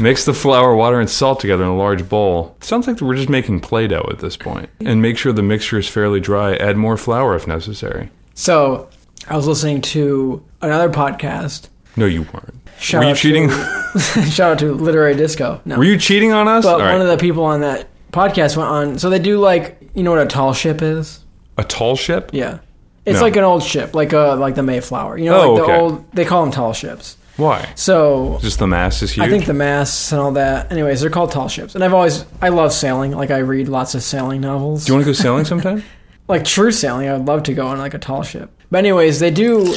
A: Mix the flour, water, and salt together in a large bowl. sounds like we're just making Play Doh at this point. And make sure the mixture is fairly dry. Add more flour if necessary.
B: So I was listening to another podcast.
A: No, you weren't.
B: Shout
A: were you
B: out
A: cheating?
B: To, (laughs) shout out to Literary Disco. No,
A: were you cheating on us?
B: but
A: All right.
B: one of the people on that podcast went on. So they do like you know what a tall ship is?
A: a tall ship?
B: Yeah, it's
A: No.
B: like an old ship, like a like the Mayflower. You know,
A: Oh,
B: like the
A: okay.
B: old they call them tall ships.
A: Why?
B: So
A: Just the mass is huge.
B: I think the masts and all that. Anyways, they're called tall ships, and I've always I love sailing. Like I read lots of sailing novels.
A: Do you want to go sailing sometime?
B: (laughs) like true sailing, I would love to go on like a tall ship. But anyways, they do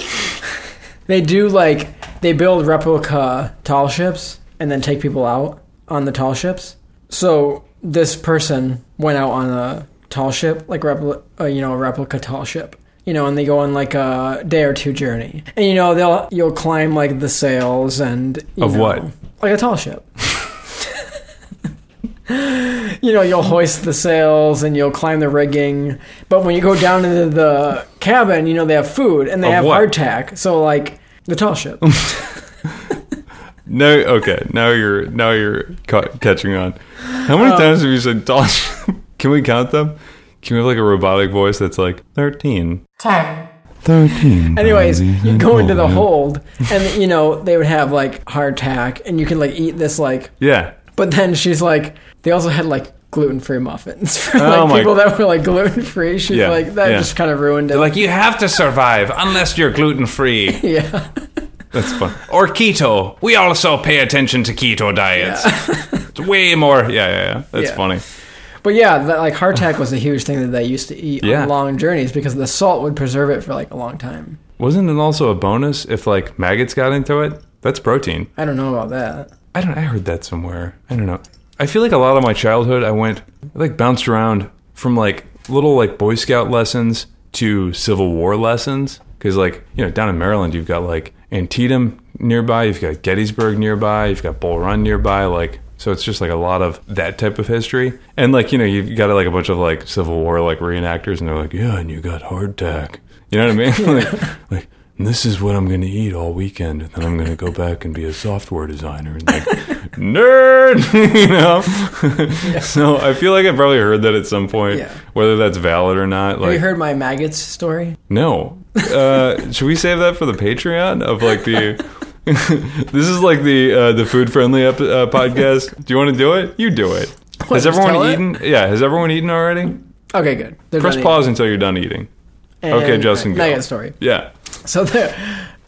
B: they do like they build replica tall ships and then take people out on the tall ships. So this person went out on a tall ship, like repli- uh, you know, a replica tall ship. You know, and they go on like a day or two journey. And you know, they'll you'll climb like the sails and you
A: Of
B: know,
A: what?
B: Like a tall ship. you know, you'll hoist the sails and you'll climb the rigging. But when you go down into the cabin, you know, they have food and they
A: Of
B: have
A: what?
B: hardtack. So, like, the tall
A: (laughs)
B: ship.
A: No. Okay. Now you're now you're ca- catching on. How
B: Um,
A: many times have you said tall ship? (laughs) Can we count them? Can we have like a robotic voice that's like thirteen?
C: 10,
A: 13.
B: (laughs) Anyways, you go into
A: Oh,
B: the hold and, you know, they would have, like, hardtack and you can, like, eat this, like.
A: Yeah.
B: But then she's like, they also had, like, gluten free muffins (laughs) for,
A: Oh
B: like,
A: my-
B: people that were, like, gluten free. She's
A: Yeah,
B: like, that
A: yeah.
B: just kind of ruined it.
A: Like, you have to survive unless you're gluten free.
B: (laughs) yeah.
A: (laughs) That's fun.
D: or keto. We also pay attention to keto diets.
A: (laughs) It's way more. Yeah, yeah, yeah. That's
B: Yeah.
A: funny.
B: But yeah, that, like, hardtack was a huge thing that they used to eat
A: Yeah.
B: on long journeys because the salt would preserve it for, like, a long time.
A: Wasn't it also a bonus if, like, maggots got into it? That's protein.
B: I don't know about that.
A: I don't I heard that somewhere. I don't know. I feel like a lot of my childhood, I went, I, like, bounced around from, like, little, like, Boy Scout lessons to Civil War lessons. Because, like, you know, down in Maryland, you've got, like, Antietam nearby, you've got Gettysburg nearby, you've got Bull Run nearby. Like, so it's just like a lot of that type of history. And like, you know, you've got like a bunch of like Civil War like reenactors and they're like, Yeah, and you got hardtack. You know what I mean? (laughs) like like "And this is what I'm gonna eat all weekend and then I'm gonna go back and be a software designer and
B: (laughs)
A: like nerd (laughs) you know? So I feel like I probably heard that at some point.
B: Yeah.
A: Whether that's valid or not.
B: Have
A: Like
B: you heard my maggots story?
A: no. Uh, should we save that for the Patreon of like the? (laughs) this is like the uh, the food friendly ep- uh, podcast. Do you want to do it? You do it. has
B: just tell
A: everyone
B: it?
A: eaten? Yeah. Has everyone eaten already?
B: Okay, good. They're
A: Press
B: done
A: pause until you're done eating.
B: eating.
A: Okay,
B: And-
A: Justin, go.
B: Maggot story.
A: Yeah.
B: So (laughs) there,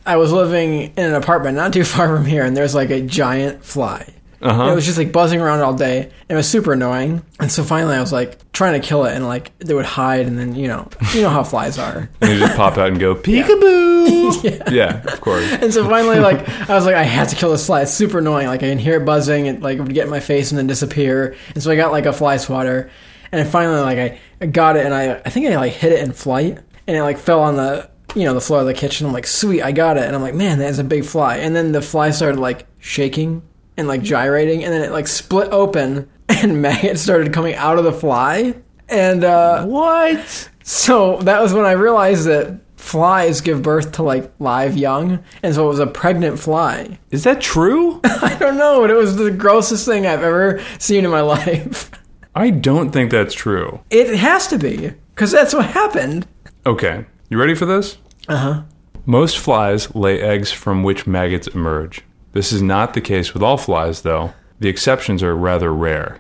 B: I was living in an apartment not too far from here, and there's like a giant fly.
A: Uh
B: It
A: huh.
B: was just like buzzing around all day. and It was super annoying. And so finally, I was like trying to kill it, and like they would hide, and then you know, you know how
A: (laughs)
B: flies are.
A: And you just pop out and go
B: (laughs)
A: peekaboo. yeah. Of course.
B: And so finally, like I was like, I have to kill this fly. It's super annoying. Like I can hear it buzzing, and like it would get in my face and then disappear. And so I got like a fly swatter, and finally, like I, I got it, and I I think I like hit it in flight, and it like fell on the you know the floor of the kitchen. I'm like, sweet, I got it. And I'm like, man, that is a big fly. And then the fly started like shaking and like gyrating, and then it like split open, (laughs) and maggot started coming out of the fly. And uh,
A: What?
B: so that was when I realized that flies give birth to like live young, and so it was a pregnant fly. (laughs)
A: Is that true?
B: I don't know, but it was the grossest thing I've ever seen in my (laughs) life.
A: I don't think that's true.
B: It has to be, because that's what happened.
A: Okay. You ready for this?
B: Uh huh.
A: Most flies lay eggs from which maggots emerge. This is not the case with all flies, though. The exceptions are rather rare.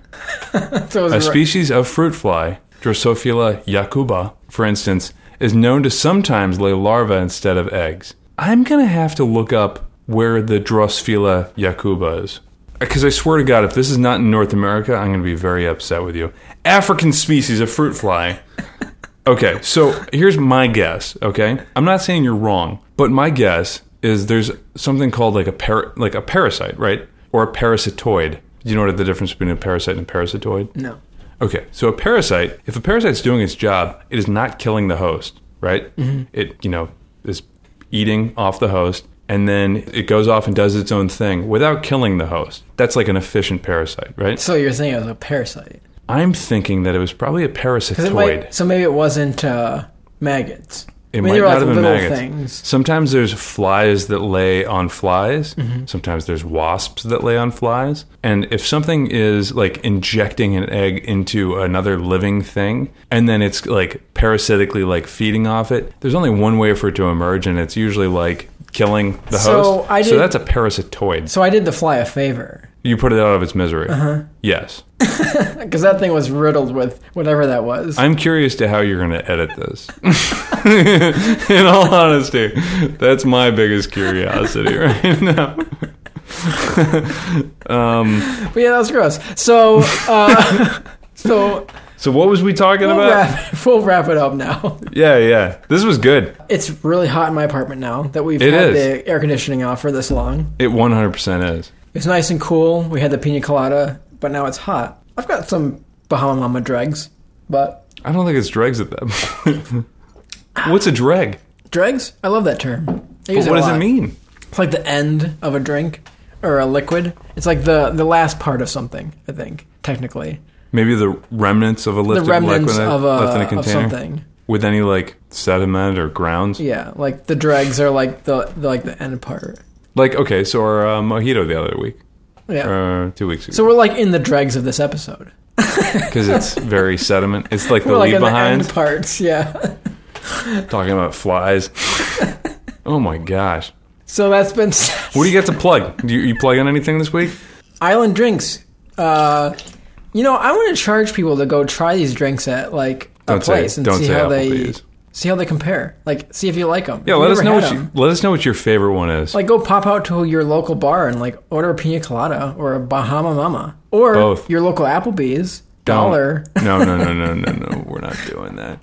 B: So it was
A: A
B: right-
A: species of fruit fly, Drosophila yacuba, for instance, is known to sometimes lay larvae instead of eggs. I'm going to have to look up where the Drosophila yacuba is. Because I swear to God, if this is not in North America, I'm going to be very upset with you. African species of fruit fly. (laughs) Okay, so here's my guess. Okay, I'm not saying you're wrong, but my guess is there's something called like a par- like a parasite, right, or a parasitoid. Do you know what the difference between a parasite and a parasitoid?
B: No.
A: Okay, so a parasite, if a parasite's doing its job, it is not killing the host, right?
B: Mm-hmm.
A: It, you know, is eating off the host and then it goes off and does its own thing without killing the host. That's like an efficient parasite, right?
B: So you're saying it was a parasite?
A: I'm thinking that it was probably a parasitoid.
B: 'Cause it might- so maybe it wasn't uh, maggots.
A: It
B: I mean,
A: might
B: they were
A: not
B: like
A: have been
B: little
A: maggots.
B: things.
A: Sometimes there's flies that lay on flies.
B: Mm-hmm.
A: Sometimes there's wasps that lay on flies. And if something is like injecting an egg into another living thing, and then it's like parasitically like feeding off it, there's only one way for it to emerge, and it's usually like killing the
B: So,
A: host.
B: I
A: so
B: did-
A: that's a parasitoid.
B: So I did the fly a favor
A: You put it out of its misery.
B: Uh-huh.
A: Yes.
B: because that thing was riddled with whatever that was.
A: I'm curious to how you're going to edit this. (laughs) In all honesty, that's my biggest curiosity (laughs) right now.
B: but yeah, that was gross. So,
A: (laughs)
B: uh, so
A: So, what was we talking
B: we'll
A: about?
B: wrap, (laughs) we'll wrap it up now.
A: Yeah, yeah. This was good.
B: It's really hot in my apartment now that we've
A: It
B: had
A: is.
B: the air conditioning off for this long.
A: It 100% is.
B: It's nice and cool. We had the pina colada, but now it's hot. I've got some Bahama Mama dregs, but
A: I don't think it's dregs at that point. (laughs) What's a dreg?
B: dregs? I love that term. I
A: But
B: use
A: what
B: a
A: does it
B: lot.
A: mean?
B: It's like the end of a drink or a liquid. It's like the the last part of something. I think technically
A: Maybe the remnants of a
B: the
A: lifted
B: remnants
A: liquid
B: of a
A: left in a
B: of
A: container
B: something.
A: with any like sediment or grounds.
B: Yeah, like the dregs are like the, the like the end part.
A: Like okay, so our uh, mojito the other week,
B: Yeah.
A: or two weeks ago.
B: so we're like in the dregs of this episode.
A: because it's
B: (laughs)
A: very sediment. It's like the
B: We're like
A: leave
B: in
A: behind.
B: the end parts. (laughs) Yeah.
A: Talking about flies. oh my gosh!
B: So that's been (laughs)
A: What do you got to plug? Do you, you plug on anything this week?
B: Island drinks. Uh, you know, I want to charge people to go try these drinks at like a
A: Don't say-
B: place and
A: don't
B: see
A: say
B: how they
A: Applebee's.
B: see how they compare. Like, see if you like them.
A: Yeah, let us know what you, let us know what your favorite one is.
B: like go pop out to your local bar and like order a pina colada or a Bahama Mama or
A: Both.
B: your local Applebee's
A: Don't.
B: dollar. (laughs)
A: No, no, no, no, no, no. We're not doing that.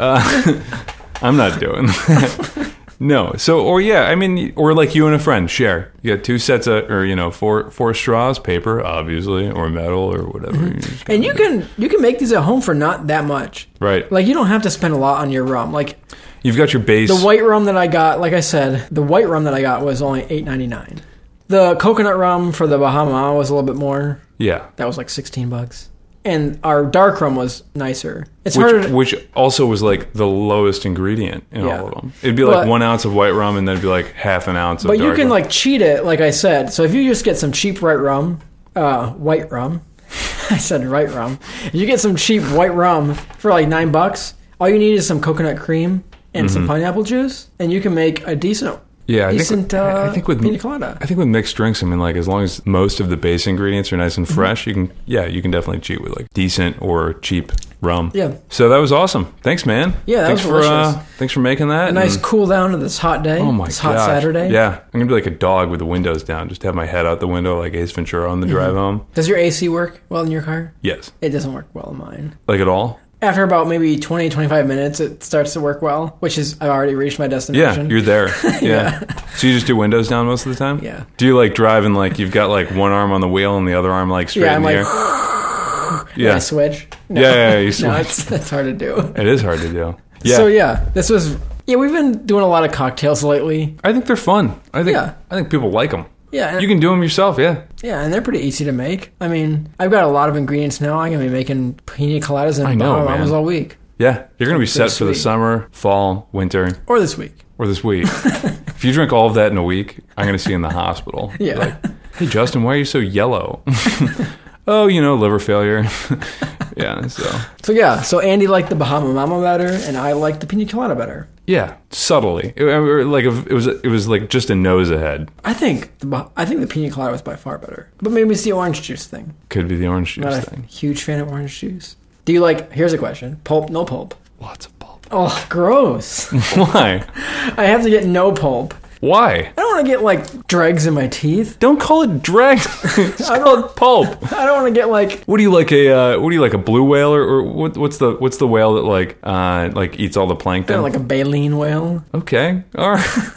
A: Uh, (laughs) I'm not doing that. No. So, or yeah, I mean, or like you and a friend share. You got two sets of, or you know, four four straws, paper, obviously, or metal, or whatever. You're just
B: Mm-hmm. And
A: gonna
B: you
A: do.
B: can you can make these at home for not that much.
A: right.
B: Like you don't have to spend a lot on your rum. Like
A: You've got your base.
B: the white rum that I got, like I said, the white rum that I got was only eight ninety nine. The coconut rum for the Bahama Mama was a little bit more.
A: yeah.
B: That was like sixteen bucks. And our dark rum was nicer. It's harder.
A: Which,
B: to-
A: which also was like the lowest ingredient in
B: Yeah.
A: all of them. It'd be like
B: But-
A: one ounce of white rum, and that'd be like half an ounce of.
B: But you
A: dark
B: can
A: rum.
B: like cheat it, like I said. So if you just get some cheap white rum, uh, white rum, (laughs) I said right rum. If you get some cheap white rum for like nine bucks, all you need is some coconut cream and
A: Mm-hmm.
B: some pineapple juice, and you can make a decent,
A: yeah, I
B: decent.
A: think, I-
B: uh,
A: I think with
B: pina colada.
A: I think with mixed drinks, I mean, like as long as most of the base ingredients are nice and
B: Mm-hmm.
A: fresh, you can yeah, you can definitely cheat with like decent or cheap rum.
B: Yeah.
A: So that was awesome. Thanks, man.
B: Yeah, that
A: thanks
B: was
A: for uh,
B: delicious.
A: thanks for making that.
B: A nice
A: and-
B: cool down to this hot day.
A: Oh my
B: this hot
A: gosh.
B: Saturday.
A: Yeah, I'm gonna be like a dog with the windows down. Just have my head out the window like Ace Ventura on the
B: Mm-hmm.
A: drive home.
B: Does your AC work well in your car?
A: Yes,
B: It doesn't work well in mine.
A: like at all.
B: After about maybe 20, 25 minutes, it starts to work well, which is I've already reached my
A: Yeah,
B: destination.
A: you're
B: (laughs)
A: there. Yeah. So you just do windows down most of the time?
B: Yeah.
A: Do you like drive and like you've got like one arm on the wheel and the other arm like straight
B: Yeah,
A: in the
B: I'm
A: air?
B: yeah. (laughs)
A: Yeah.
B: I switch. No.
A: Yeah, yeah, yeah, you (laughs)
B: (laughs) No,
A: switch.
B: it's, that's hard to do.
A: It is hard to do. Yeah.
B: So yeah, this was yeah. We've been doing a lot of cocktails lately.
A: I think they're fun. I think
B: Yeah.
A: I think people like them.
B: Yeah, and,
A: You can do them yourself, yeah.
B: yeah, and they're pretty easy to make. I mean, I've got a lot of ingredients now. I'm gonna be making pina coladas and
A: know,
B: Bahama
A: man.
B: Mamas all week
A: Yeah. You're going to be set for the
B: sweet.
A: summer, fall, winter,
B: or this week.
A: or this
B: (laughs)
A: week. if you drink all of that in a week, I'm going to see you in the hospital. Be
B: Yeah.
A: Like, hey, Justin, why are you so yellow? (laughs) oh, you know, liver failure. (laughs) yeah, so.
B: So yeah, so Andy liked the Bahama Mama better, and I liked the pina colada better.
A: Yeah, subtly. It, I mean, like if- it was. It was like just a nose ahead.
B: I think the Bah- I think the pina colada was by far better, but maybe it's the orange juice thing.
A: Could be the orange juice
B: Not a
A: thing.
B: huge fan of orange juice. Do you like? Here's a question: pulp, no pulp.
A: Lots of pulp.
B: Oh, gross!
A: (laughs) Why?
B: I have to get no pulp.
A: Why?
B: I don't want want to get like dregs in my teeth.
A: Don't call it
B: (laughs)
A: drag. (laughs) It's
B: I
A: called pulp.
B: I don't want to get like
A: What do you like a uh, what do you like a blue whale or, or what, what's the what's the whale that like uh, like eats all the plankton?
B: kinda like a baleen whale.
A: Okay. All right.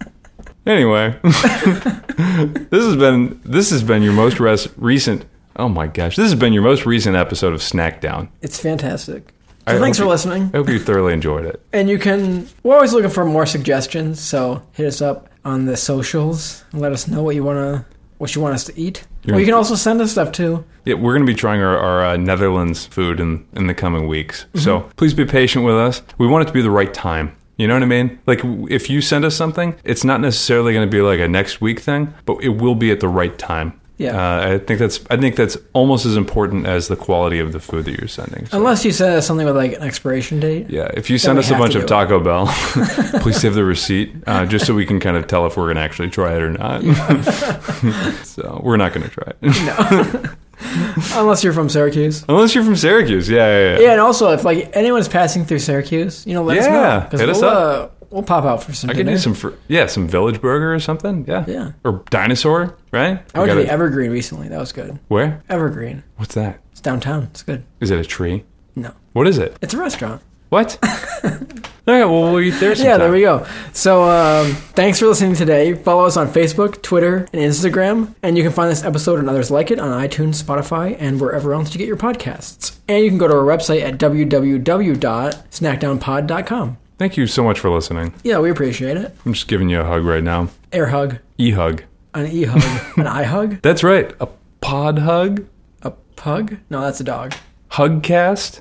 A: (laughs) anyway, (laughs) this has been this has been your most res- recent. Oh my gosh, this has been your most recent episode of Snackdown.
B: It's fantastic.
A: I
B: So
A: hope
B: thanks for
A: you-
B: listening.
A: I hope you thoroughly enjoyed it.
B: And you can, we're always looking for more suggestions, so hit us up on the socials. and Let us know what you want to, what you want us to eat.
A: You're
B: Well, you
A: in-
B: can also send us stuff too.
A: Yeah, we're going to be trying our, our uh, Netherlands food in in the coming weeks. So
B: Mm-hmm.
A: please be patient with us. We want it to be the right time. You know what I mean? Like w- if you send us something, it's not necessarily going to be like a next week thing, but it will be at the right time.
B: Yeah.
A: uh, I think that's I think that's almost as important as the quality of the food that you're sending. So-
B: Unless you send us something with like an expiration date.
A: Yeah, if you send
B: we
A: us a
B: Oh, have
A: bunch
B: to
A: of
B: do it.
A: Taco Bell,
B: (laughs)
A: (laughs) please save the receipt, uh, just so we can kind of tell if we're going to actually try it or not. (laughs) so we're not going to try it (laughs)
B: Unless you're from Syracuse.
A: unless you're from Syracuse. Yeah, yeah, yeah.
B: Yeah, and also if like anyone's passing through Syracuse, you know, let us know.
A: Yeah,
B: 'cause
A: hit us
B: we'll,
A: up.
B: Uh, we'll pop out for some
A: I could
B: dinner.
A: do some, fr- yeah, some Village Burger or something. Yeah,
B: Yeah.
A: or Dinosaur, right? We
B: I went to
A: gotta-
B: the Evergreen recently. That was good.
A: where?
B: Evergreen.
A: What's that?
B: It's downtown. It's good.
A: Is it a tree?
B: No,
A: What is it?
B: it's a restaurant. (laughs)
A: What? All right, well, we'll eat there. Sometime.
B: Yeah, there we go. So, um, thanks for listening today. Follow us on Facebook, Twitter, and Instagram. And you can find this episode and others like it on iTunes, Spotify, and wherever else you get your podcasts. And you can go to our website at www.snackdownpod.com.
A: Thank you so much for listening.
B: Yeah, we appreciate it.
A: I'm just giving you a hug right now.
B: Air hug,
A: E hug.
B: an e hug, an eye hug,
A: That's right. A pod hug.
B: a pug. No, that's a dog.
A: (laughs) Hugcast.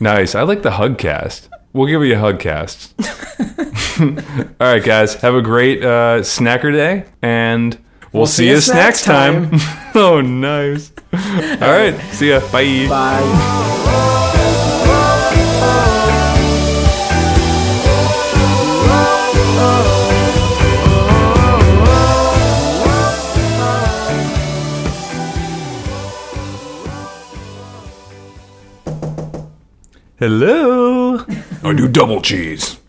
A: nice. I like the Hugcast. We'll give you a (laughs) Hugcast. All right, guys. Have a great uh, snacker day, and we'll, see, you snacks time. (laughs) oh, nice. All right. See ya. Bye.
B: Bye.
A: Hello.
D: I do double cheese.